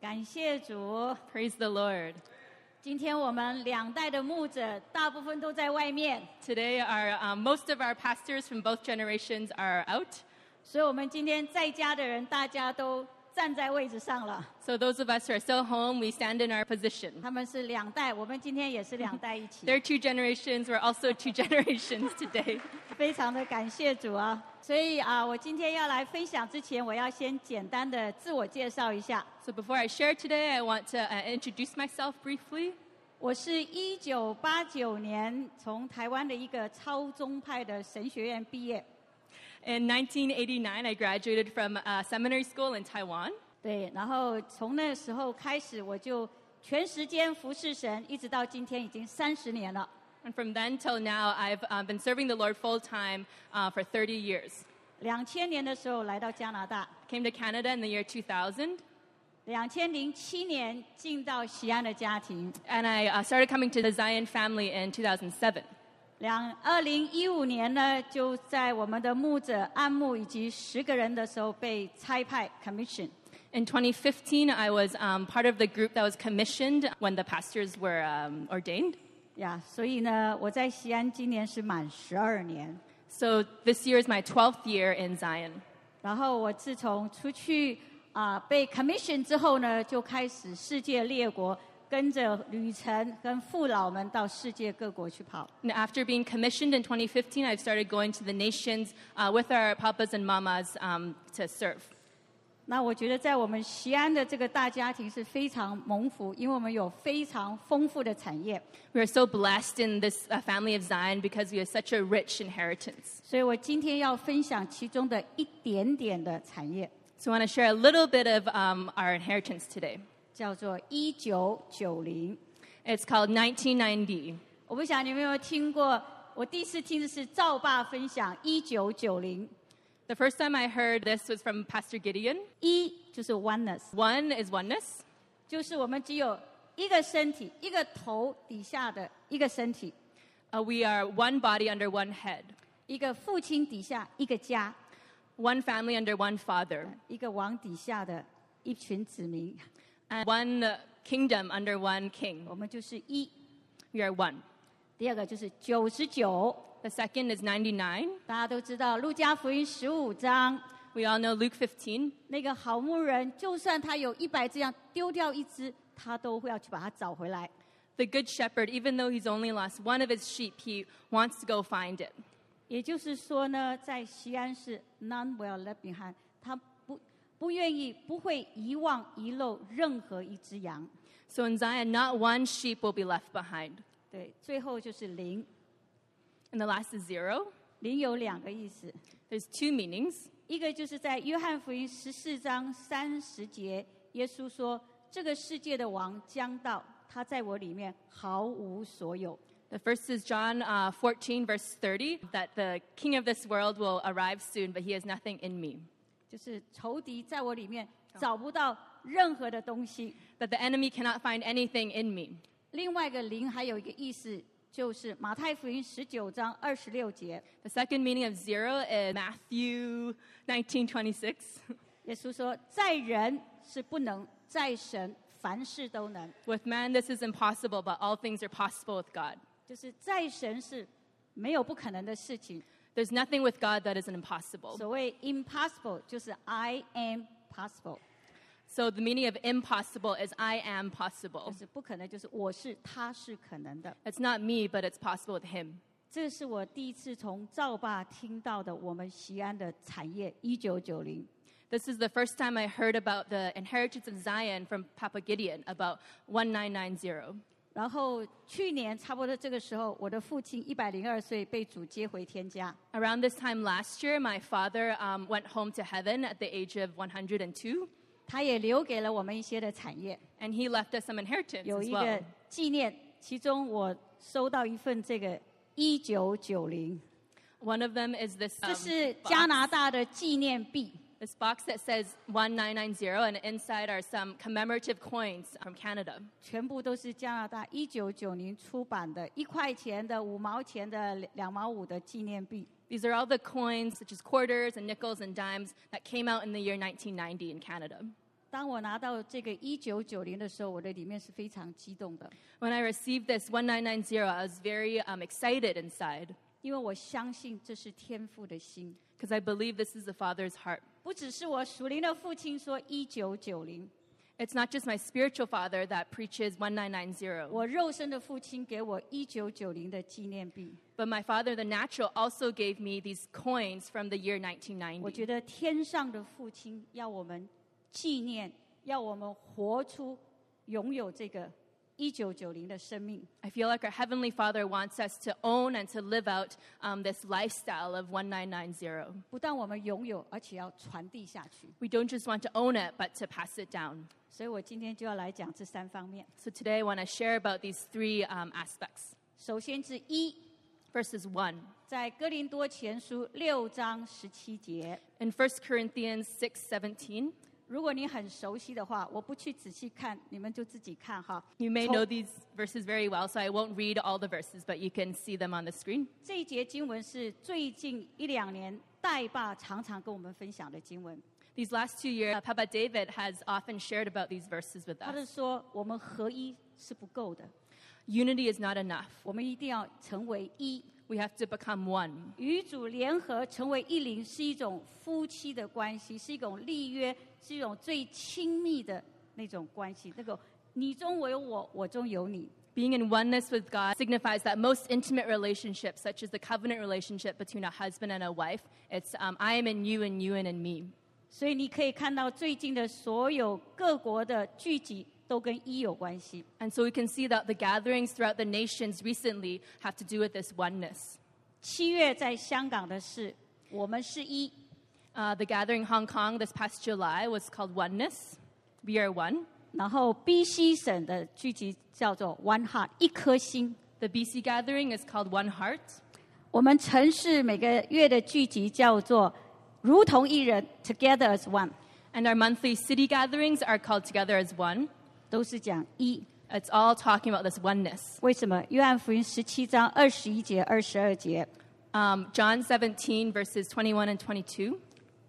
感谢主， Praise the Lord. 今天我们两代的牧者大部分都在外面， Today, our, um, most of our pastors from both generations are out. 所以我们今天在家的人大家都站在位置上了。 So, those of us who are still home, we stand in our position. 他们是两代，我们今天也是两代一起， They're two generations, we're also two generations today. 非常的感谢主啊！所以啊，我今天要来分享之前，我要先简单的自我介绍一下。 So, before I share today, I want to uh, introduce myself briefly. 我是一九八九年从台湾的一个超宗派的神学院毕业， In 1989, I graduated from uh, seminary school in Taiwan. 对，然后从那时候开始，我就全时间服侍神，一直到今天已经三十年了。 And from then till now, I've uh, been serving the Lord full time uh, for 30 years. 两千年的时候来到加拿大， Came to Canada in the year 2000, 两千零七年进到西安的家庭， and I uh, started coming to the Zion family in 2007. 两二零一五年呢，就在我们的牧者按牧以及十个人的时候被差派 commission。 In 2015, I was um, part of the group that was commissioned when the pastors were um, ordained. 呀、所以呢，我在西安今年是满十二年。 So this year is my 12th year in Zion. 然后我自从出去啊、被 commission 之后呢，就开始世界列国跟着旅程，跟父老们到世界各国去跑。 And after being commissioned in 2015, I've started going to the nations uh, with our papas and mamas um, to serve. 那我觉得在我们西安的这个大家庭是非常蒙福，因为我们有非常丰富的产业。 We are so blessed in this uh, family of Zion because we have such a rich inheritance. 所以我今天要分享其中的一点点的产业， So I want to share a little bit of um, our inheritance today. 叫做一九九零。 It's called 1990. 我不想你们有没有听过，我第一次听的是赵爸分享一九九零， The first time I heard this was from Pastor Gideon. 一就是 oneness， One is oneness. 就是我们只有一个身体，一个头底下的一个身体， Uh, we are one body under one head, 一个父亲底下一个家， one family under one father, 一个王底下的一群子民， and one uh, kingdom under 我 one king. 们就是一。 We are one. 第二个就是九十九， The second is 99. 大家都知道《路加福音》十五章， We all know Luke 15. 那个好牧人，就算他有一百只羊，丢掉一只，他都会要去把它找回来。 The good shepherd, even though he's only lost one of his sheep, he wants to go find it. 也就是说呢，在西安是 none will left behind，他不不愿意，不会遗忘遗漏任何一只羊。 So in Zion, not one sheep will be left behind. 对，最后就是零， And the last is zero. 零有两个意思， There's two meanings. 一个就是在约翰福音十四章三十节，耶稣说：“这个世界的王将到，他在我里面毫无所有。 The first is John uh, 14, verse 30, that the king of this world will arrive soon, but he has nothing in me. ”就是仇敌在我里面找不到任何的东西。 That the enemy cannot find anything in me. 另外一个零还有一个意思，就是马太福音十九章二十六节， The second meaning of zero is Matthew 19, 26, 耶稣说：“在人是不能，在神凡事都能。 With man, this is impossible, but all things are possible with God. ”就是在神是没有不可能的事情。 There's nothing with God that is impossible. So, 所谓 impossible 就是 I am possible， the meaning of impossible is I am 就 possible. 是不可能，就是我是，他是可能的。 It's not me, but it's possible with him. 这是我第一次从赵爸听到的我们西安的产业一九九零。 This is the first time I heard about the inheritance of Zion from Papa Gideon about 1990. 然后去年差不多这个时候，我的父亲一百零二岁被主接回天家。 Around this time last year, my father um, went home to heaven at the age of 102, 他也留给了我们一些的产业， and he left us some inheritance 有 as 一 well. 个纪念，其中我收到一份这个一九九零， One of them is this, 这 um, 是 box- 加拿大的纪念币， this box that says 1990, and inside are some commemorative coins from Canada. 全部都是加拿大一九九零出版的，一块钱的、五毛钱的、两毛五的纪念币。 These are all the coins, such as quarters and nickels and dimes, that came out in the year 1990 in Canada. 当我拿到这个一九九零的时候，我的里面是非常激动的， When I received this 1990, I was very um, excited inside 因为我相信这是天父的心， because I believe this is the Father's heart. 不只是我属灵的父亲说一九九零， It's not just my spiritual father that preaches 1990, 我肉身的父亲给我一九九零的纪念币， but my father, the natural, also gave me these coins from the year 我觉 1990. 得天上的父亲要我们纪念，要我们活出拥有这个一九九零的生命。 I feel like our Heavenly Father wants us to own and to live out um, this lifestyle of 1990. 不但我们拥有，而且要传递下去。 We don't just want to own it, but to pass it down. 所以我今天就要来讲这三方面。 So today I want to share about these three um, aspects. 首先是一， Verses 1. 在哥林多前书六章十七节。 In 1 Corinthians 6 17, 如果你很熟悉的话，我不去仔细看，你们就自己看哈。 you may 从 know these verses very well, so I won't read all the verses, but you can see them on the screen. 这一节经文是最近一两年代爸常常跟我们分享的经文。 These last two years, uh, Papa David has often shared about these verses with 他是 us. 说，我们合一是不够的， Unity is not enough. 我们一定要成为一， We have to become one. 与主联合成为一灵，是一种夫妻的关系，是一种立约，是一种最亲密的那种关系。那个你中我有我，我中有你。 Being in oneness with God signifies that most intimate relationship, such as the covenant relationship between a husband and a wife, it's um, I am in you and you and in me. 所以你可以看到最近的所有各国的聚集都跟一有关系。 And so we can see that the gatherings throughout the nations recently have to do with this oneness. 七月在香港的事，我们是一； Uh, the gathering in Hong Kong this past July was called Oneness. We are one. 然后 B.C. 省的聚集叫做 One Heart，一颗心。 The BC gathering is called One Heart. 我们城市每个月的聚集叫做如同一人 Together as One， And our monthly city gatherings are called Together as One. 都是讲一。 It's all talking about this oneness. 为什么？约翰福音十七章二十一节、二十二节， Um, John 17, verses 21 and 22.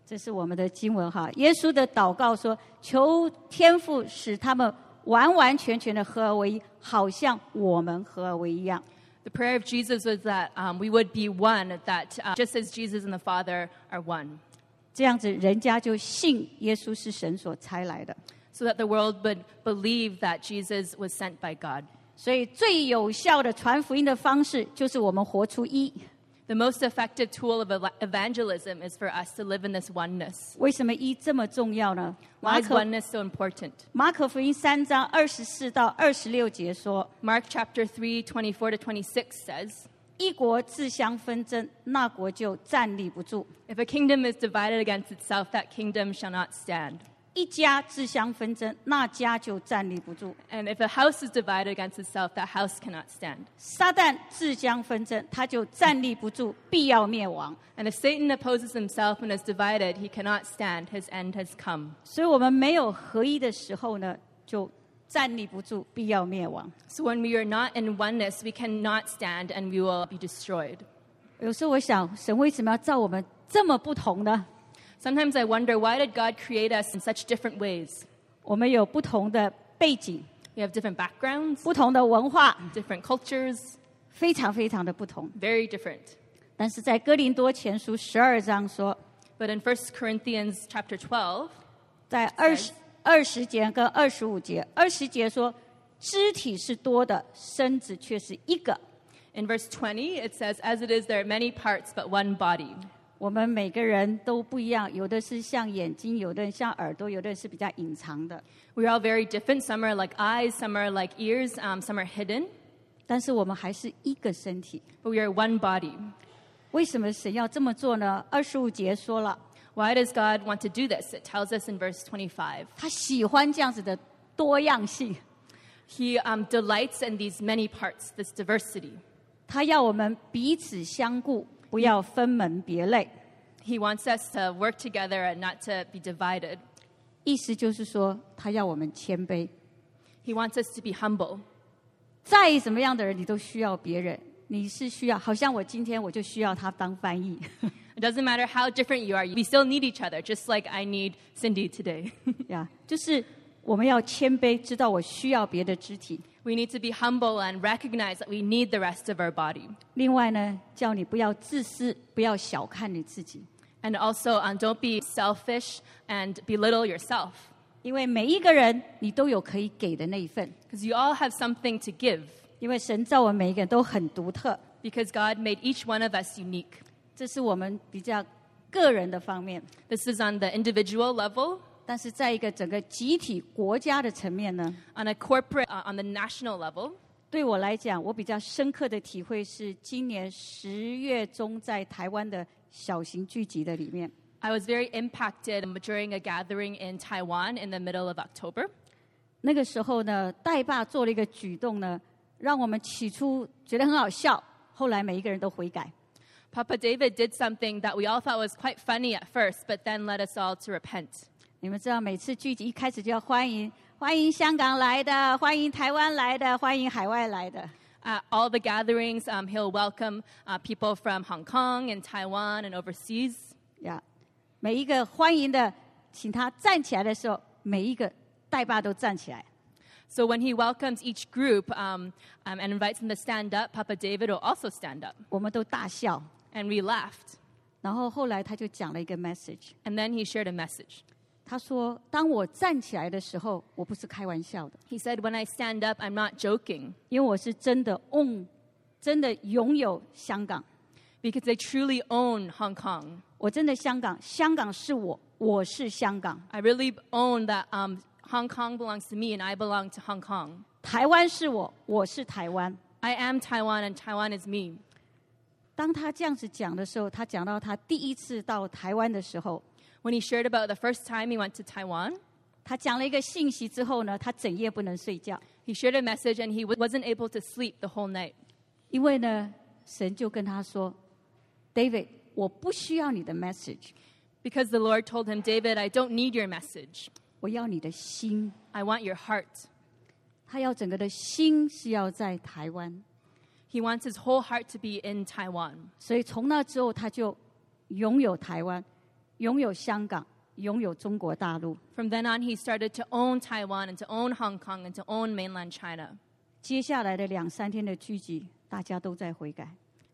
这是我们的经文哈。耶稣的祷告说：“求天父使他们完完全全的合而为一，好像我们合而为一样。 The prayer of Jesus was that um, we would be one, that uh, just as Jesus and the Father are one, ”这样子，人家就信耶稣是神所差来的。 so that the world would believe that Jesus was sent by God. 所以，最有效的传福音的方式，就是我们活出一。 The most effective tool of eva- evangelism is for us to live in this oneness. 为什么一这么重要呢？ Why 马 is 可 oneness so important? 马可福音三章二十四到二十六节说 Mark chapter 3, 24 to 26 says,：“ 一国自相纷争，那国就站立不住； If a kingdom is divided against itself, that kingdom shall not stand. 一家自相纷争，那家就站立不住。 And if a house is divided against itself, that house cannot stand. 撒旦自相纷争，他就站立不住，必要灭亡。 And if Satan opposes himself and is divided, he cannot stand. His end has come. 所以，我们没有合一的时候呢，就站立不住，必要灭亡。 So when we are not in oneness, we cannot stand and we will be destroyed. 有时候我想，神为什么要造我们这么不同呢？ Sometimes I wonder why did God create us in such different ways? 我们有不同的背景、 We have different backgrounds, 不同的文化， different cultures, 非常非常的不同。 very different. 但是在哥林多前书十二章说， But in 1 Corinthians chapter 12, 在二十二十节跟二十五节，二十节说肢体是多的，身子却是一个。 in verse 20, it says, As it is, there are many parts, but one body. 我们每个人都不一样，有的是像眼睛，有的人像耳朵，有的人是比较隐藏的。 We're all very different. Some are like eyes, some are like ears, um, some are hidden, 但是我们还是一个身体。 but we are one body. 为什么神要这么做呢？二十五节说了， Why does God want to do this? It tells us in verse 25. 他喜欢这样子的多样性， He um, delights in these many parts, this diversity. 他要我们彼此相顾，不要分门别类。 He wants us to work together and not to be divided. 意思就是说，他要我们谦卑。 He wants us to be humble. 再怎么样的人，你都需要别人，你是需要，好像我今天我就需要他当翻译。 It doesn't matter how different you are, we still need each other, just like I need Cindy today. 呀就是我们要谦卑，知道我需要别的肢体。 we need to be humble and recognize that we need the rest of our body. 另外呢，叫你不要自私，不要小看你自己， And also, um, don't be selfish and belittle yourself, 因为每一个人你都有可以给的那一份， because you all have something to give, 因为神造我们每一个人都很独特， because God made each one of us unique. 这是我们比较个人的方面。 This is on the individual level, 但是在一个整个集体国家的层面呢， on a corporate, uh, on the national level. 对我来讲，我比较深刻的体会是，今年十月中在台湾的小型剧集的里面， I was very impacted during a gathering in Taiwan in the middle of October. 那个时候呢，戴爸做了一个举动呢，让我们起初觉得很好笑，后来每一个人都悔改。 Papa David did something that we all thought was quite funny at first, but then led us all to repent. 你们知道，每次聚集一开始就要欢迎，欢迎香港来的，欢迎台湾来的，欢迎海外来的。 At all the gatherings, um, he'll welcome uh, people from Hong Kong and Taiwan and overseas. 呀，每一个欢迎的，请他站起来的时候，每一个带爸都站起来。 So when he welcomes each group um, um, and invites them to stand up, Papa David will also stand up. 我们都大笑。 And we laughed. 然后后来他就讲了一个 message， And then he shared a message. 他说：“当我站起来的时候，我不是开玩笑的， He said, When I stand up, I'm not joking 因为我是真的 own，真的拥有香港， because they truly own Hong Kong. 我真的香港，香港是我，我是香港， I really own that um, Hong Kong belongs to me and I belong to Hong Kong. 台湾是我，我是台湾。” I am Taiwan and Taiwan is me. 当他这样子讲的时候，他讲到他第一次到台湾的时候， When he shared about the first time he went to Taiwan, 他讲了一个信息之后呢，他整夜不能睡觉， he shared a message and he w- wasn't able to sleep the whole night 因为呢，神就跟他说：“David，我不需要你的 message， because the Lord told him, David, I don't need your message. 我要你的心。 I want your heart. 他要整个的心是要在台湾， He wants his whole heart to be in Taiwan. 所以从那之后他就拥有台湾，拥有香港，拥有中国大陆。 From then on, he started to own Taiwan and to own Hong Kong and to own mainland China. 接下来的两三天的聚集，大家都在悔改，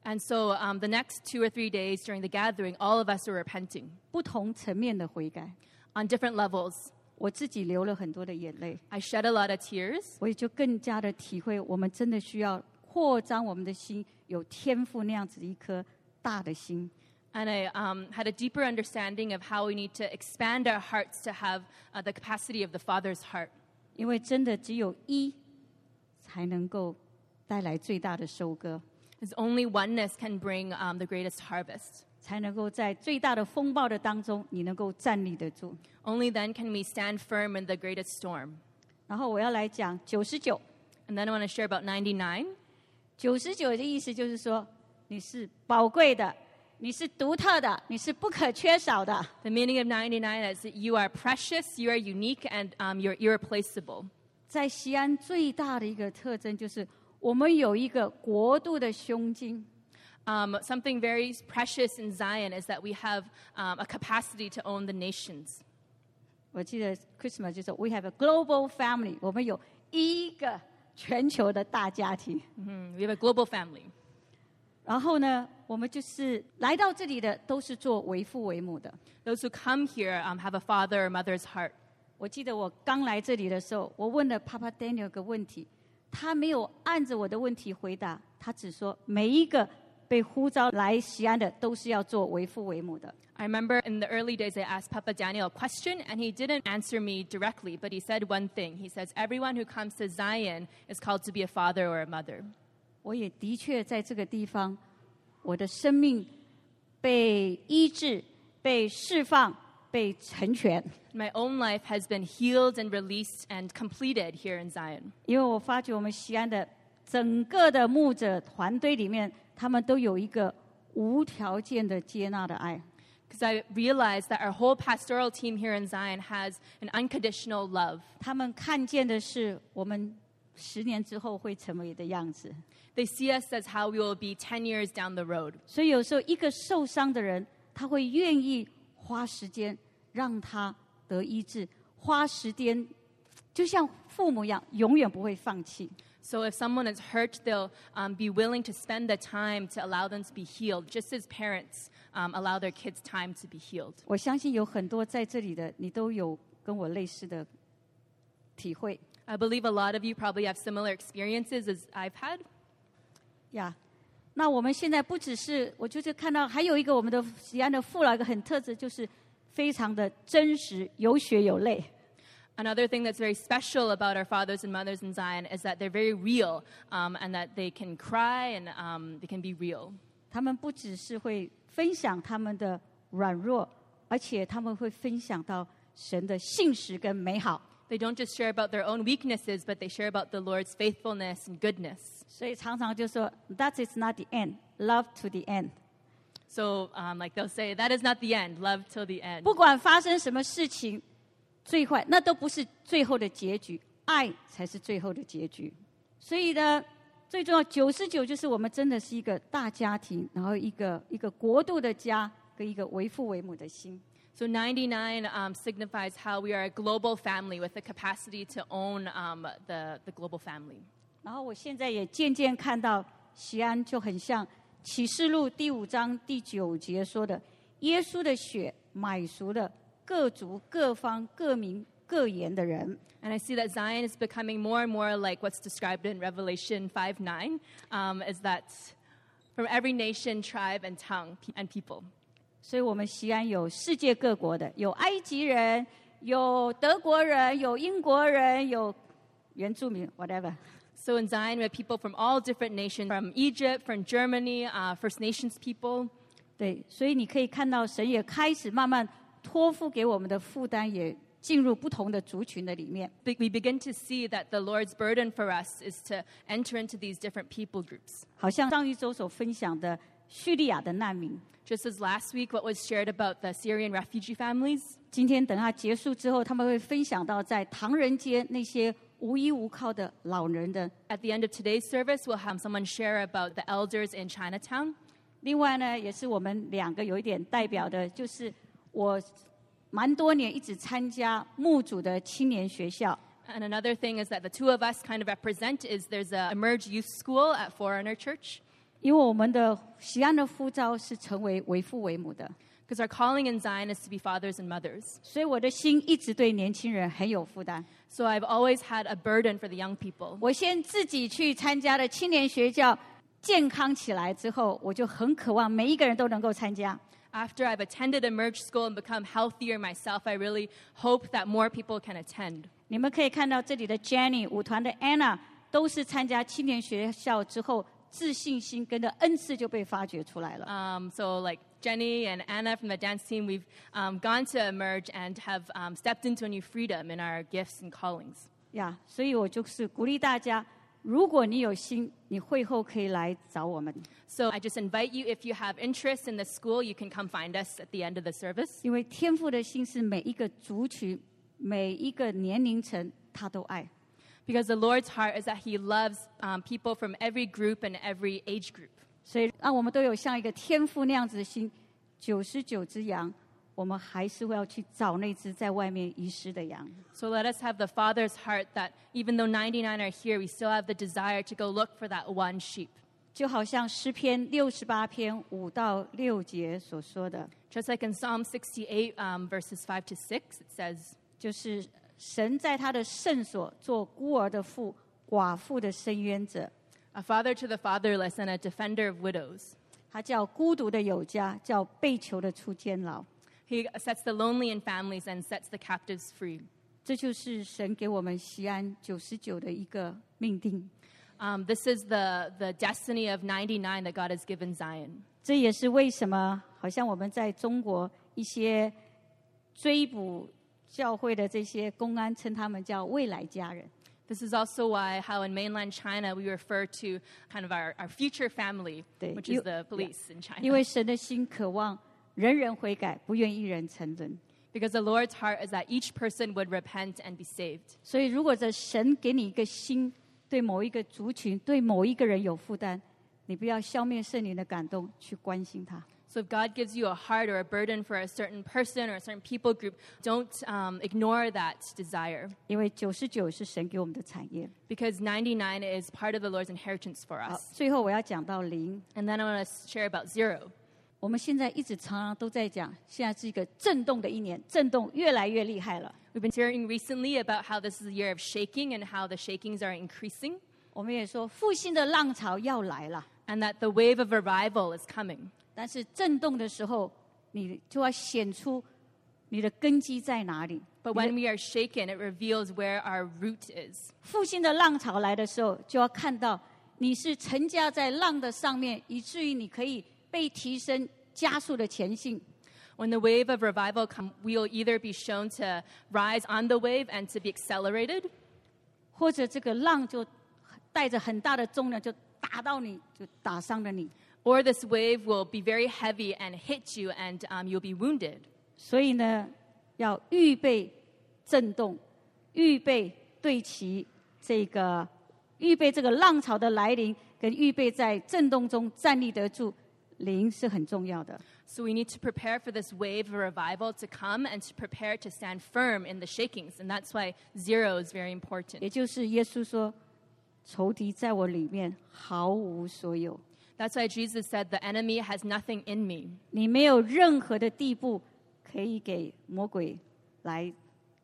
And so um, the next two or three days during the gathering, all of us were repenting 不同层面的悔改。 on different levels. 我自己流了很多的眼泪。 I shed a lot of tears. 我也就更加的体会，我们真的需要扩张我们的心，有天赋那样子一颗大的心。 And I um, had a deeper understanding of how we need to expand our hearts to have uh, the capacity of the Father's heart. 因为真的只有一，才能够带来最大的收割， Because only oneness can bring um, the greatest harvest. 才能够在最大的风暴的当中，你能够站立得住。 Only then can we stand firm in the greatest storm. 然后我要来讲九十九， And then I want to share about 99. 九十九的意思就是说，你是宝贵的，你是独特的，你是不可缺少的。 The meaning of 99 is that you are precious, you are unique, and um, you're irreplaceable. 在西安最大的一个特征就是，我们有一个国度的胸襟。 Um, something very precious in Zion is that we have um, a capacity to own the nations. 我记得 Christmas 就说 We have a global family，我们有一个全球的大家庭。 Mhm. We have a global family. 然后呢，我们就是来到这里的都是做为父为母的。 Those who come here um, have a father or mother's heart. 我记得我刚来这里的时候，我问了 Papa Daniel 个问题，他没有按着我的问题回答，他只说每一个被呼召来西安的都是要做为父为母的。 I remember in the early days, I asked Papa Daniel a question, and he didn't answer me directly, but he said one thing. He says, Everyone who comes to Zion is called to be a father or a mother. 我也的确在这个地方，我的生命被医治、被释放、被成全。 My own life has been healed and released and completed here in Zion. 因为我发觉我们西安的整个的牧者团队里面，他们都有一个无条件的接纳的爱。 Because I realized that our whole pastoral team here in Zion has an unconditional love. 他们看见的是我们十年之后会成为的样子。 They see us as how we will be 10 years down the road. 所以有时候一个受伤的人，他会愿意花时间让他得医治，花时间，就像父母一样，永远不会放弃。 So if someone is hurt, they'll um, be willing to spend the time to allow them to be healed, just as parents um, allow their kids time to be healed. 我相信有很多在这里的，你都有跟我类似的体会 I believe a lot of you probably have similar experiences as I've had. 呀。那我们现在不只是，我就是看到还有一个我们的西安的父老一个很特质，就是非常的真实，有血有泪。 Another thing that's very special about our fathers and mothers in Zion is that they're very real um, and that they can cry and um, they can be real. 他们不只是会分享他们的软弱，而且他们会分享到神的信实跟美好。 They don't just share about their own weaknesses, but they share about the Lord's faithfulness and goodness. 所以常常就说，That is not the end, love to the end。 So, um, like they'll say, that is not the end, love till the end. 不管发生什么事情，最坏那都不是最后的结局，爱才是最后的结局。所以呢，最重要九十九就是我们真的是一个大家庭，然后一个一个国度的家跟一个为父为母的心。 So 99 um, signifies how we are a global family with the capacity to own um, the, the global family. 然后我现在也渐渐看到西安就很像启示录第五章第九节说的，耶稣的血买赎了各族、各方、各民、各言的人。 And I see that Zion is becoming more and more like what's described in Revelation 5 9, um, is that from every nation, tribe, and tongue pe- and people. 所以我们西安有世界各国的，有埃及人，有德国人，有英国人，有原住民，whatever。 So in Zion, we have people from all different nations, from Egypt, from Germany, uh, First Nations people. 对，所以你可以看到神也开始慢慢托付给我们的负担也进入不同的族群的里面。 Be- We begin to see that the Lord's burden for us is to enter into these different people groups. 好像上一周所分享的叙利亚的难民， Just as last week, what was shared about the Syrian refugee families. 今天等他结束之后，他们会分享到在唐人街那些无依无靠的老人的。 At the end of today's service, we'll have someone share about the elders in Chinatown. 另外呢，也是我们两个有一点代表的，就是我蛮多年一直参加牧主的青年学校。 And another thing is that the two of us kind of represent is there's a Emerge Youth School at Forerunner Church. 因为我们的西安的呼召是成为为父为母的， Because our calling in Zion is to be fathers and mothers. 所以我的心一直对年轻人很有负担。 So I've always had a burden for the young people. 我先自己去参加了青年学校，健康起来之后，我就很渴望每一个人都能够参加。 After I've attended Emerge School and become healthier myself, I really hope that more people can attend. 你们可以看到这里的 Jenny、舞团的 Anna 都是参加青年学校之后，自信心跟着恩赐就被发掘出来了。 Um, so, like Jenny and Anna from the dance team, we've um, gone to Emerge and have um, stepped into a new freedom in our gifts and callings. 呀所以我就是鼓励大家，如果你有心，你会后可以来找我们， So, I just invite you if you have interest in the school, you can come find us at the end of the service. 因为天赋的心是每一个族群、每一个年龄层他都爱。 Because the Lord's heart is that He loves um, people from every group and every age group. 所以啊让我们都有像一个天赋那样子的心。九十九只羊，我们还是会要去找那只在外面遗失的羊。 So let us have the Father's heart that even though 99 are here, we still have the desire to go look for that one sheep. 就好像诗篇六十八篇五到六节所说的， Just like in Psalm 68, um, verses 5 to 6, it says, 就是神在他的圣所做孤儿的父、寡妇的伸冤者， A father to the fatherless and a defender of widows. 他叫孤独的有家，叫被囚的出监牢。 He sets the lonely in families and sets the captives free. 这就是神给我们西安九十九的一个命定， Um, this is the, the destiny of 99 that God has given Zion. 这也是为什么好像我们在中国一些追捕教会的这些公安称他们叫未来家人。 This is also why, how in mainland China, we refer to kind of our, our future family, 对， which you- is the police in 因 China. 为神的心渴望人人悔改，不愿一人沉沦。 Because the Lord's heart is that each person would repent and be saved. 所以，如果这神给你一个心，对某一个族群、对某一个人有负担，你不要消灭圣灵的感动，去关心他。 So if God gives you a heart or a burden for a certain person or a certain people group, don't um, ignore that desire 因为九十九是神给我们的产业。 because 99 is part of the Lord's inheritance for 好 us.，最后我要讲到零。 And then I want to share about zero. 我们现在一直常常都在讲，现在是一个震动的一年，震动越来越厉害了。 We've been hearing recently about how this is a year of shaking and how the shakings are increasing 我们也说复兴的浪潮要来了， and that the wave of revival is coming. 但是震动的时候，你就要显出你的根基在哪里。 But 你的 when we are shaken, it reveals where our root is. 复兴的浪潮来的时候，就要看到你是沉架在浪的上面，以至于你可以被提升、加速的前进。 When the wave of revival comes, we'll either be shown to rise on the wave and to be accelerated, 或者这个浪就带着很大的重量，就打到你，就打伤了你。 or this wave will be very heavy and hit you and um, you'll be wounded. 所以呢，要预备震动，预备对齐这个，预备这个浪潮的来临，跟预备在震动中站立得住，灵是很重要的。 So we need to prepare for this wave of revival to come and to prepare to stand firm in the shakings. And that's why zero is very 也 important. 就是耶稣说：“仇敌在我里面毫无所有， That's why Jesus said, The enemy has nothing in me. 你没有任何的地步可以给魔鬼来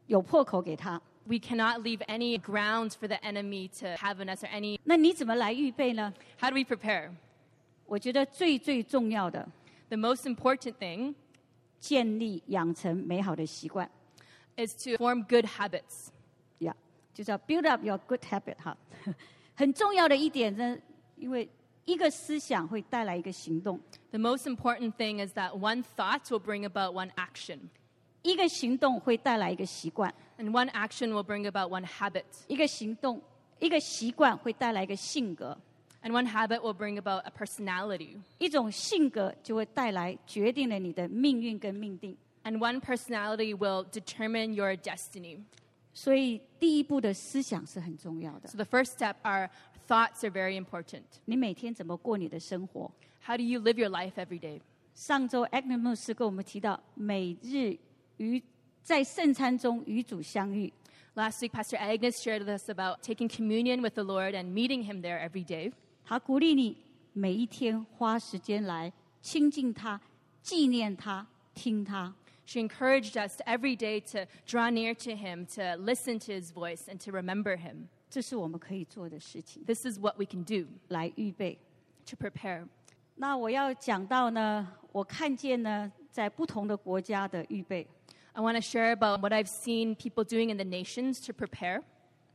有破口给他。 We cannot leave any grounds for the enemy to have in us or any. 那你怎么来预备呢？ How do we prepare? 我觉得最最重要的， The most important thing 建立养成美好的习惯。 is to form good habits. Yeah，就叫 build up your good habit 哈。 很重要的一点呢，因为一个思想会带来一个行动， The most important thing is that one thought will bring about one action, 一个行动会带来一个习惯， and one action will bring about one habit, 一个行动，一个习惯会带来一个性格， and one habit will bring about a personality, 一种性格就会带来决定了你的命运跟命定。 and one personality will determine your destiny. 所以第一步的思想是很重要的。 So the first step are thoughts are very important. 你每天怎么过你的生活？ How do you live your life every day? 上周 a g n e 牧师跟我们提到，每日与在圣餐中与主相遇， Last week, Pastor Agnes shared with us about taking communion with the Lord and meeting Him there every day. 好鼓励你每一天花时间来亲近他、纪念他、听他。 She encouraged us every day to draw near to Him, to listen to His voice, and to remember Him. 这是我们可以做的事情， This is what we can do 来预备。 to prepare. 那我要讲到呢，我看见呢，在不同的国家的预备。 I want to share about what I've seen people doing in the nations to prepare.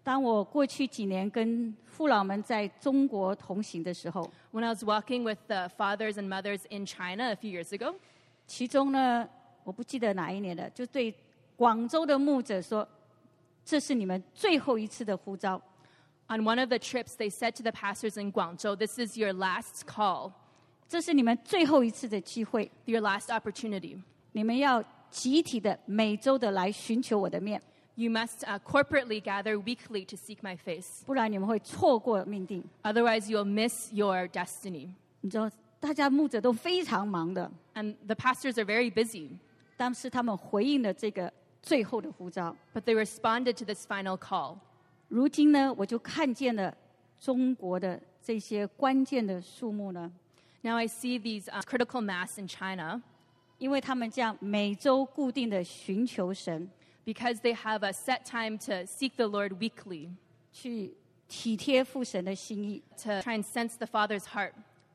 当我过去几年跟父老们在中国同行的时候， When I was walking with the fathers and mothers in China a few years ago, 其中呢，我不记得哪一年了，就对广州的牧者说：“这是你们最后一次的呼召， on one of the trips, they said to the pastors in Guangzhou, This is your last call, 这是你们最后一次的机会， your last opportunity. 你们要集体的每周的来寻求我的面， You must uh, corporately gather weekly to seek my face. 不然你们会错过命定。 Otherwise, you'll miss your destiny. 你知道，大家牧者都非常忙的， And the pastors are very busy, 但是他们回应了这个最后的呼召。 but they responded to this final call. 如今呢，我就看见了中国的这些关键的数目呢， Now I see these uh, critical mass in China 因为他们这样每周固定的寻求神， because they have a set time to seek the Lord weekly. 去体贴父神的心意。 to try and sense the Father's heart.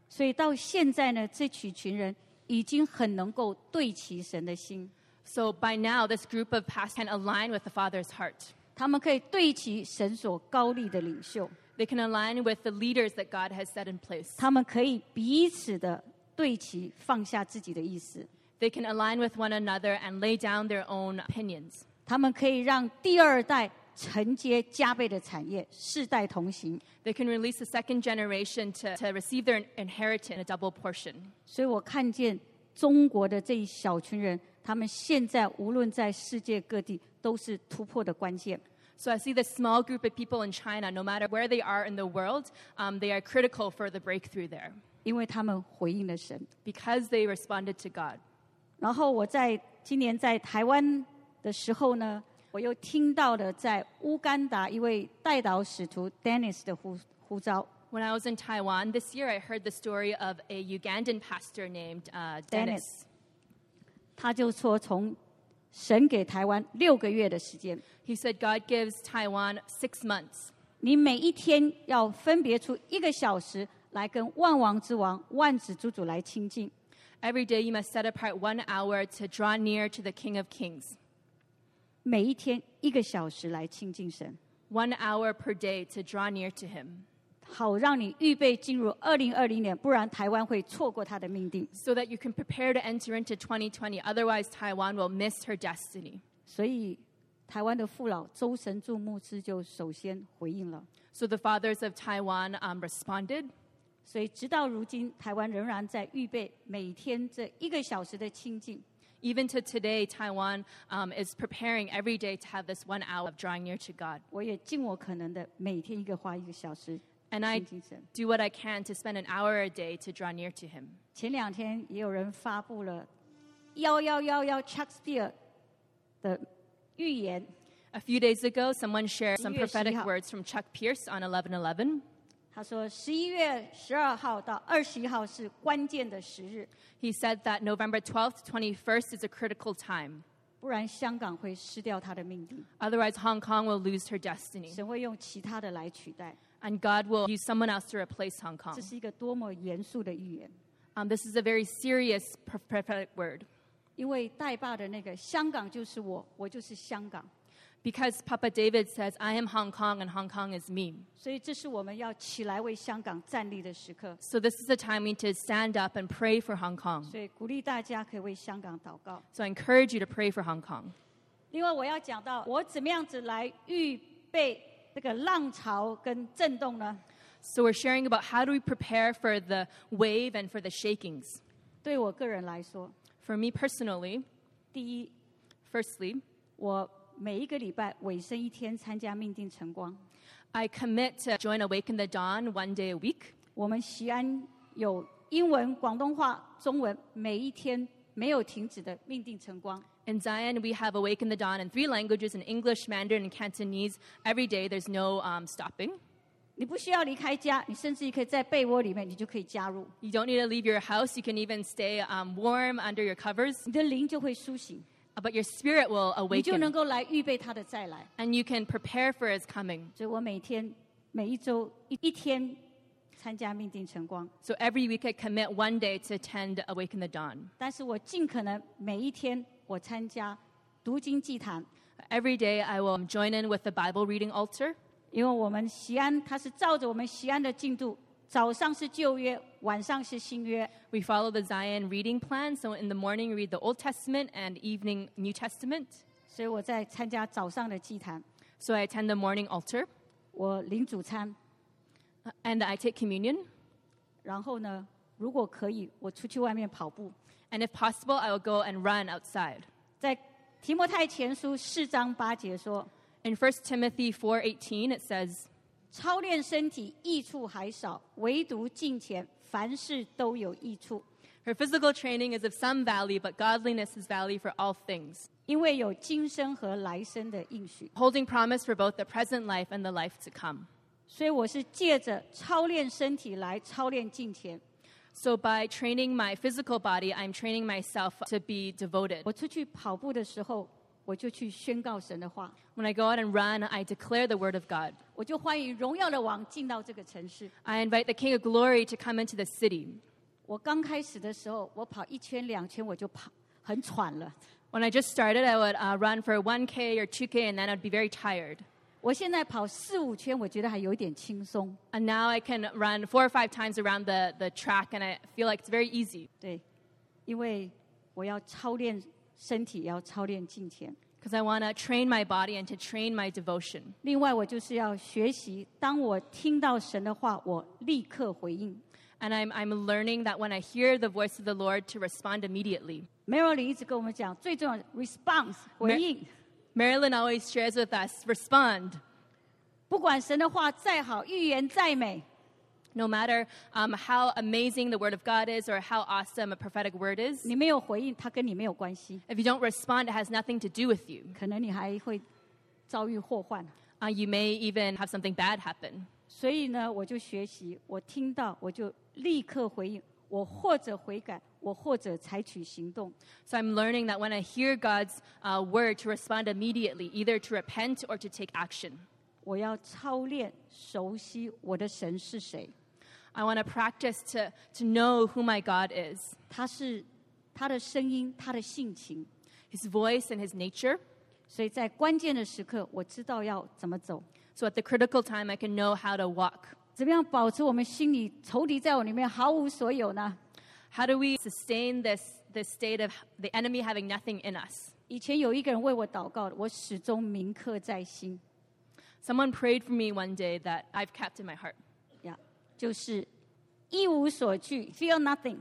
所以到现在呢，这群群人已经很能够对齐神的心， So by now, this group of pastors can align with the Father's heart. 他们可以对齐神所高立的领袖， They can align with the leaders that God has set in place. 他们可以彼此的对齐，放下自己的意思， They can align with one another and lay down their own opinions. 他们可以让第二代承接加倍的产业，世代同行。 They can release the second generation to, to receive their inheritance, a double portion. 所以我看见中国的这一小群人，他们现在无论在世界各地都是突破的关键。 So I see this small group of people in China, no matter where they are in the world, um, they are critical for the breakthrough there 因为他们回应了神。 because they responded to God. 然后我在今年在台湾的时候呢，我又听到了在乌干达一位代祷使徒 Dennis 的呼呼召 When I was in Taiwan this year, I heard the story of a Ugandan pastor named uh, Dennis. Dennis 他就说从神给台湾六个月的时间， He said God gives Taiwan six months. 你每一天要分别出一个小时来跟万王之王、万子之主来亲近。 Every day you must set apart one hour to draw near to the King of Kings, 每一天一个小时来亲近神， one hour per day to draw near to him, 好让你预备进入二零二零年，不然台湾会错过他的命定。 so that you can prepare to enter into 2020. Otherwise, Taiwan will miss her destiny. 所以，台湾的父老周神柱牧师就首先回应了。 So the fathers of Taiwan um, responded. 所以，直到如今，台湾仍然在预备每天这一个小时的亲近。 Even to today, Taiwan um, is preparing every day to have this one hour of drawing near to God. 我也尽我可能的每天一个花一个小时 And I 亲近神。 do what I can to spend an hour a day to draw near to Him. 前两天也有人发布了幺幺幺幺 Shakespeare 的预言， A few days ago, someone shared some Yes, prophetic yeah. words from Chuck Pierce on 1111. 他说十一月十二号到二十一号是关键的时日， He said that November 12th, 21st is a critical time. 不然香港会失掉他的命定， Otherwise, Hong Kong will lose her destiny, 神会用其他的来取代。 and God will use someone else to replace Hong Kong. 这是一个多么严肃的预言！ Um, this is a very serious pro- prophetic word 因为带爸的那个香港就是我，我就是香港， because Papa David says, I am Hong Kong, and Hong Kong is me. 所以这是我们要起来为香港站立的时刻。 So, this is the time we need to stand up and pray for Hong Kong. 所以鼓励大家可以为香港祷告。 So, I encourage you to pray for Hong Kong. 另外，我要讲到我怎么样子来预备这个浪潮跟震动呢？ So, we're sharing about how do we prepare for the wave and for the shakings. 对我个人来说， For me personally, 第一， firstly, 我每一个礼拜尾声一天参加命定晨光。 I commit to join Awaken the Dawn one day a week. 我们西安有英文、广东话、中文，每一天没有停止的命定晨光。 In Zion, we have Awaken the Dawn in three languages in English, Mandarin, and Cantonese. Every day, there's no um, stopping. 你不需要离开家，你甚至可以在被窝里面，你就可以加入， You don't need to leave your house. You can even stay um, warm under your covers, 你的灵就会苏醒， but your spirit will 你就能 awaken 够来预备他的再来。 and you can prepare for his coming. 所以我每天、每一周一一天参加命定晨光， So every week, I commit one day to attend Awaken the Dawn. 但是我尽可能每一天我参加读经祭坛， Every day, I will um, join in with the Bible reading altar 因为我们西安它是照着我们西安的进度，早上是旧约，晚上是新约。 We follow the Zion reading plan. So in the morning, we read the Old Testament and evening New Testament. 所以我在参加早上的祭坛， So I attend the morning altar 我领主餐， uh, and I take communion. 然后呢，如果可以，我出去外面跑步。 And if possible, I will go and run outside. 在提摩太前书四章八节说 In 1 Timothy 4:18, it says,：“ 操练身体益处还少，唯独敬虔凡事都有益处， "Her physical training is of some value, but godliness is value for all things, 因为有今生和来生的应许。 holding promise for both the present life and the life to come." ”所以我是借着操练身体来操练敬虔。 So by training my physical body, I'm training myself to be devoted. 我出去跑步的时候，我就去宣告神的话， When I go out and run, I declare the word of God. 我就欢迎荣耀的王进到这个城市。 I invite the King of Glory to come into the city. 我刚开始的时候，我跑一圈两圈我就跑，很喘了。 When I just started, I would uh, run for 1K or 2K, and then I'd be very tired. 我现在跑四五圈，我觉得还有一点轻松。 And now I can run four or five times around the, the track, and I feel like it's very easy 对，因为我要操练身体，也要操练金钱。 because I want to train my body and to train my devotion. 另外，我就是要学习，当我听到神的话，我立刻回应。 And I'm, I'm learning that when I hear the voice of the Lord, to respond immediately. Mary 一直跟我们讲，最重要的 response 回应。 Marilyn always shares with us respond. 不管神的话再好，预言再美， No matter um, how amazing the Word of God is or how awesome a prophetic word is, 你没有回应，它跟你没有关系， if you don't respond, it has nothing to do with you. 可能你还会遭遇祸患。 Uh, you may even have something bad happen. 所以呢，我就学习，我听到我就立刻回应，我或者悔改，我或者采取行动。 So I'm learning that when I hear God's uh, word, to respond immediately, either to repent or to take action. 我要操练熟悉我的神是谁， I want to practice to, to know who my God is, 他是他的声音，他的性情。 his voice and his nature. 所以在关键的时刻，我知道要怎么走， So at the critical time, I can know how to walk. 怎么样保持我们心里仇敌在我里面毫无所有呢？ How do we sustain this, this state of the enemy having nothing in us? 以前有一个人为我祷告，我始终铭刻在心 Someone prayed for me one day that I've kept in my heart 呀就是一无所惧 （feel nothing），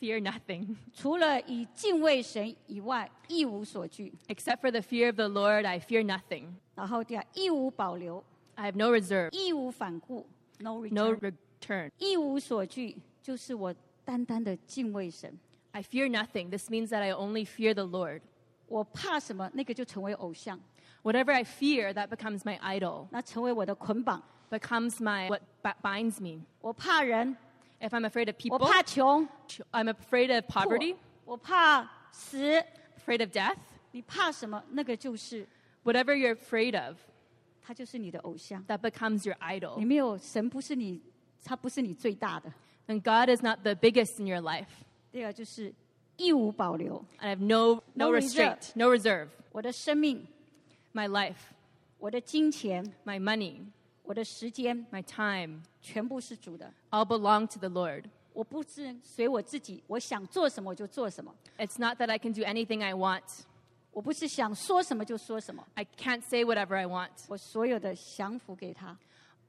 fear nothing. 除了以敬畏神以外，一无所惧。 Except for the fear of the Lord, I fear nothing. 然后第二，一无保留， I have no reserve, 义无反顾 （no return）。 no return. 一无所惧，就是我单单的敬畏神。 I fear nothing. This means that I only fear the Lord. 我怕什么，那个就成为偶像， Whatever I fear, that becomes my idol, 那成为我的捆绑。 becomes my what b- binds me. 我怕人， If I'm afraid of 我 people, 怕穷， I'm afraid of 我 poverty, 我怕死。 afraid of death. 你怕什么，那个就是， Whatever you're afraid of, 他就是你的偶像。 that becomes your 你 idol. 没有神，不是你，他不是你最大的。 And God is not the biggest in your life. 第二就是一无保留， I have no, no, No restraint, reserve. no reserve. 我的生命、 My life, 我的金钱、 my money, 我的时间， my time, 全部是主的。 all belong to the Lord. 我不是随我自己，我想做什么我就做什么， It's not that I can do anything I want. 我不是想说什么就说什么。 I can't say whatever I want. 我所有的降服给他，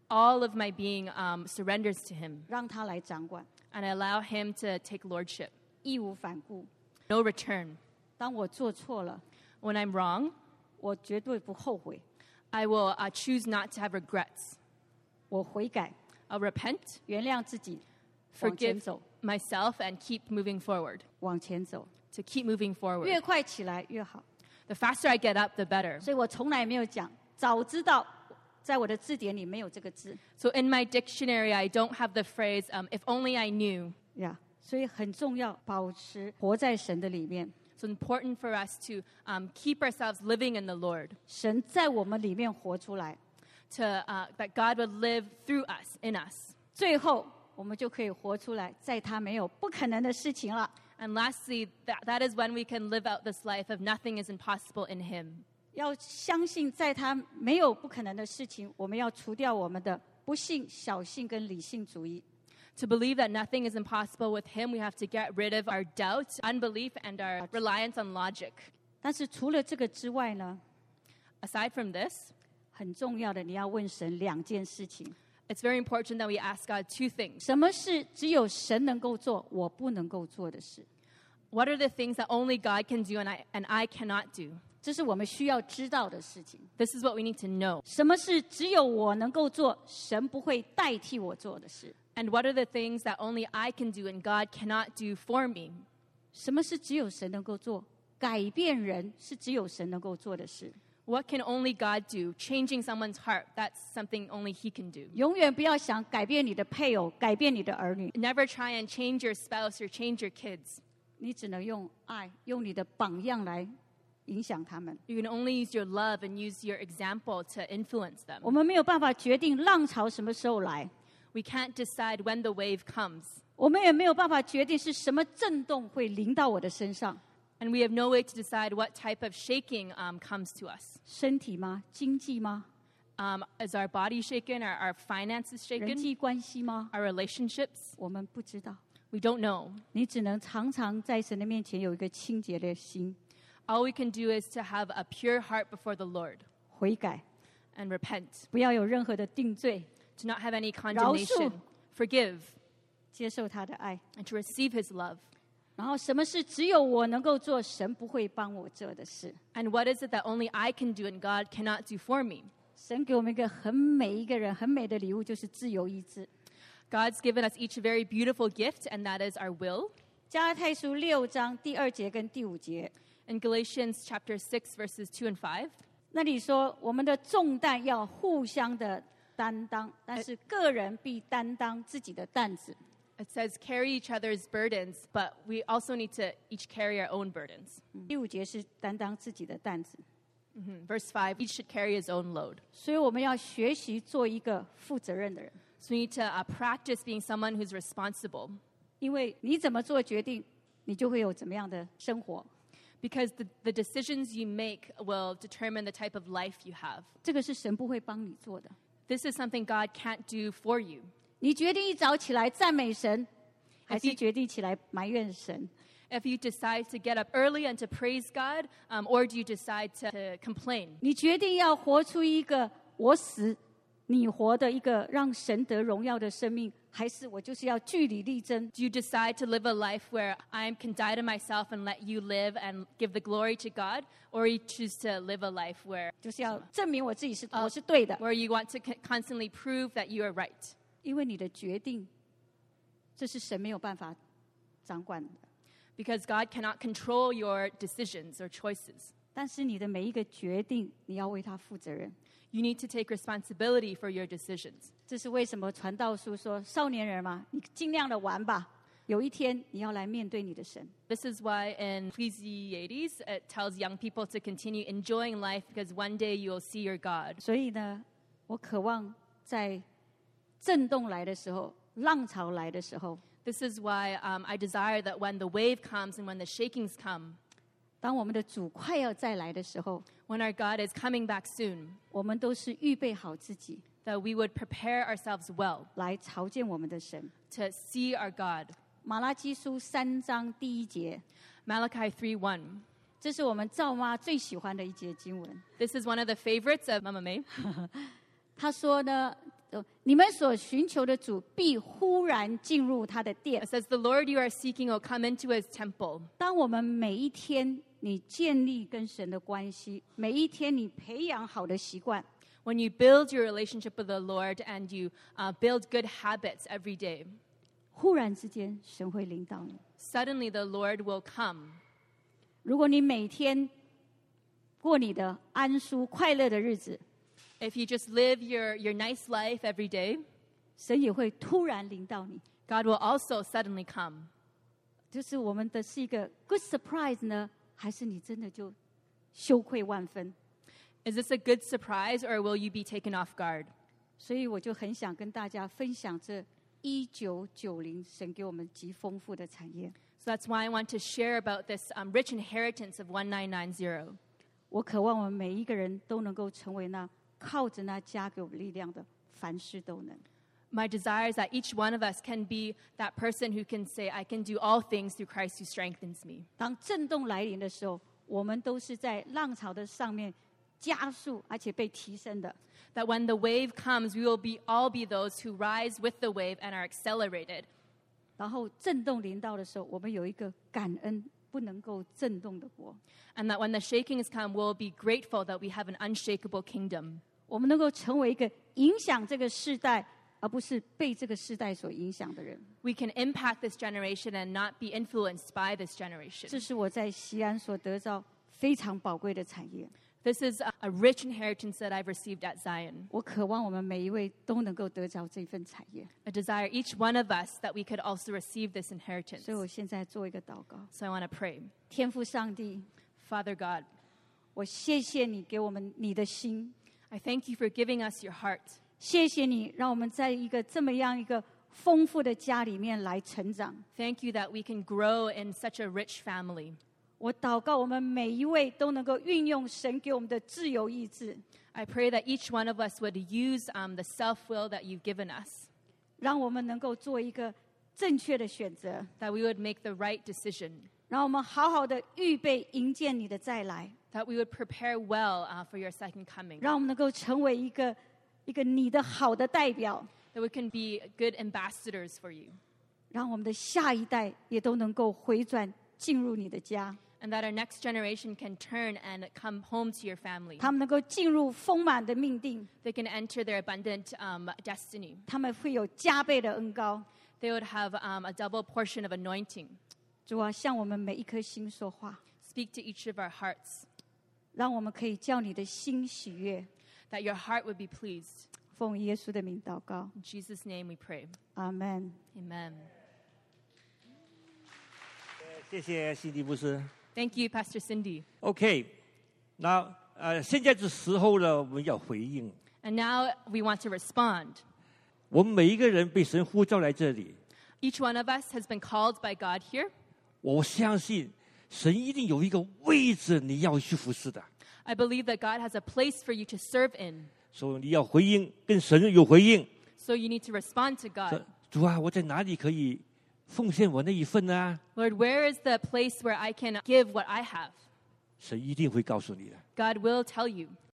All of my being um, surrenders to Him, 让他来掌管， and I allow Him to take lordship. 义无反顾。 No return. 当我做错了， When I'm wrong, 我绝对不后悔， I will uh, choose not to have regrets. 我悔改， I'll repent, 原谅自己，往前 forgive 走， myself, and keep moving forward. 往前走， To keep moving forward. 越快起来越好。 The faster I get up, the better. 所以我从来没有讲，早知道，在我的字典里没有这个字 So in my dictionary, I don't have the phrase, um, if only I knew. 呀。所以很重要，保持活在神的里面， So important for us to um, keep ourselves living in the Lord, 神在我们里面活出来， to, uh, that God would live through us, in us. 最后我们就可以活出来，在他没有不可能的事情了。 And lastly, that, that is when we can live out this life of nothing is impossible in Him. 要相信，在他没有不可能的事情，我们要除掉我们的不幸、小幸跟理性主义。 To believe that nothing is impossible with Him, we have to get rid of our doubt, unbelief, and our reliance on logic. 但是除了这个之外呢， Aside from this, 很重要的你要问神两件事情： it's very important that we ask God two things. 什么是只有神能够做，我不能够做的事？ What are the things that only God can do and I, and I cannot do? 这是我们需要知道的事情。 This is what we need to know. 什么是只有我能够做，神不会代替我做的事？ And what are the things that only I can do and God cannot do for me? 什么是只有神能够做？改变人是只有神能够做的事。 What can only God do? Changing someone's heart, that's something only He can do. 永远不要想改变你的配偶，改变你的儿女， Never try and change your spouse or change your kids. 你只能用爱，用你的榜样来影响他们。 You can only use your love and use your example to influence them. 我们没有办法决定浪潮什么时候来， We can't decide when the wave comes, 我们也没有办法决定是什么震动会临到我的身上， and we have no way to decide what type of shaking um, comes to us. 身体吗？经济吗？ Um, is our body shaken? Are our finances 人 shaken? 际关系吗？ Our relationships? 我们不知道。 We don't know. 你只能常常在神的面前有一个清洁的心， All we can do is to have a pure heart before the Lord 悔改， and repent, 不要有任何的定罪， to not have any condemnation, forgive, 接受他的爱， and to receive His love. 然后什么事只有我能够做，神不会帮我做的事。 And what is it that only I can do and God cannot do for me? 神给我们一个很美一个人很美的礼物，就是自由意志。 God's given us each a very beautiful gift, and that is our will. 加拉太书六章第二节跟第五节， In Galatians chapter 6, verses 2 and 5, 那里说我们的重担要互相的担当，但是个人必担当自己的担子。 it says, Carry each other's burdens, but we also need to each carry our own burdens. 嗯第五节是担当自己的担子， Mhm. Verse 5 each should carry his own load. 所以我们要学习做一个负责任的人， So we need to uh, practice being someone who's responsible 因为你怎么做决定，你就会有怎么样的生活。 because the, the decisions you make will determine the type of life you have. 这个是神不会帮你做的。 This is something God can't do for you. 你决定一早起来赞美神，还还是是决定起来埋怨神？ If you decide to get up early and to praise God, um, or do you decide to, to complain? 你决定要活出一个我死你活的一个让神得荣耀的生命，还是我就是要据理力争？ Do you decide to live a life where I can die to myself and let you live and give the glory to God, or you choose to live a life where 就是要证明我自己是我是对的， where you want to c- constantly prove that you are right? 因为你的决定，这是神没有办法掌管的。 Because God cannot control your decisions or choices. 但是你的每一个决定，你要为他负责任。 You need to take responsibility for your decisions. 这是为什么传道书说少年人嘛，你尽量的玩吧，有一天你要来面对你的神。 This is why in Ecclesiastes it tells young people to continue enjoying life because one day you will see your God. 所以呢，我渴望在震动来的时候，浪潮来的时候， This is why um, I desire that when the wave comes and when the shakings come, 当我们的主快要再来的时候， when our God is coming back soon, 我们都是预备好自己 that we would prepare ourselves well 来朝见我们的神。 to see our God. 马拉基书三章第一节， Malachi 3:1. 这是我们赵妈最喜欢的一节经文。 This is one of the favorites of Mama May. 她说呢，呃你们所寻求的主必忽然进入他的殿 It。says, "The Lord you are seeking will come into His temple." 当我们每一天你建立跟神的关系，每一天你培养好的习惯， When you build your relationship with the Lord and you uh, build good habits every day, 忽然之间神会领导你。 suddenly the Lord will come. 如果你每天过你的安舒快乐的日子， If you just live your, your nice life every day, 神也会突然领导你。 God will also suddenly come. 就是我们的是一个 good surprise 呢，还是你真的就羞愧万分？ Is this a good surprise or will you be taken off guard? 所以我就很想跟大家分享这一九九零神给我们极丰富的产业。 So that's why I want to share about this um, rich inheritance of 1990. 我渴望我们每一个人都能够成为那靠着那加给我们力量的，凡事都能。 My desire is that each one of us can be that person who can say, I can do all things through Christ who strengthens me. 当震动来临的时候，我们都是在浪潮的上面加速，而且被提升的。 That when the wave comes, we will be, all be those who rise with the wave and are accelerated. 然后震动临到的时候，我们有一个感恩不能够震动的国， And that when the shakings come, we'll be grateful that we have an unshakable kingdom. 我们能够成为一个影响这个世代，而不是被这个世代所影响的人。 We can impact this generation and not be influenced by this generation. 这是我在西安所得到非常宝贵的产业。 This is a, a rich inheritance that I've received at Zion. 我渴望我们每一位都能够得着这份产业， I desire each one of us that we could also receive this inheritance. 所以我现在做一个祷告， So I want to pray. 天父上帝， Father God, 我谢谢你给我们你的心， I thank you for giving us your heart. 谢谢你让我们在一个这么样一个丰富的家里面来成长。 Thank you that we can grow in such a rich family. 我祷告，我们每一位都能够运用神给我们的自由意志， I pray that each one of us would use um, the self will that you've given us, 让我们能够做一个正确的选择， that we would make the right decision, 让我们好好的预备迎接你的再来， that we would prepare well uh, for your second coming, 让我们能够成为一个一个你的好的代表， that we can be good ambassadors for you. 让我们的下一代也都能够回转进入你的家， and that our next generation can turn and come home to your family. 他们能够进入丰满的命定， They can enter their abundant um, destiny. 他们会有加倍的恩高。 They would have um, a double portion of anointing. 主啊，向我们每一颗心说话， Speak to each of our hearts, 让我们可以叫你的心喜悦。 that your heart would be pleased. 奉耶稣的名祷告， In Jesus' name we pray. 阿门。 Amen. 谢谢西迪布斯。 Thank you, Pastor Cindy. OK，那呃，现在这时候呢，我们要回应。 And now we want to respond. 我们每一个人被神呼召来这里， Each one of us has been called by God here. 我相信神一定有一个位置你要去服侍的， I believe that God has a place for you to serve in. 所以你要回应，跟神有回应。 So you need to respond to God. 说主啊，我在哪里可以奉献我那一份呢？ Lord, where is the place where I can give what I have? 神一定会告诉你的。 God will tell you.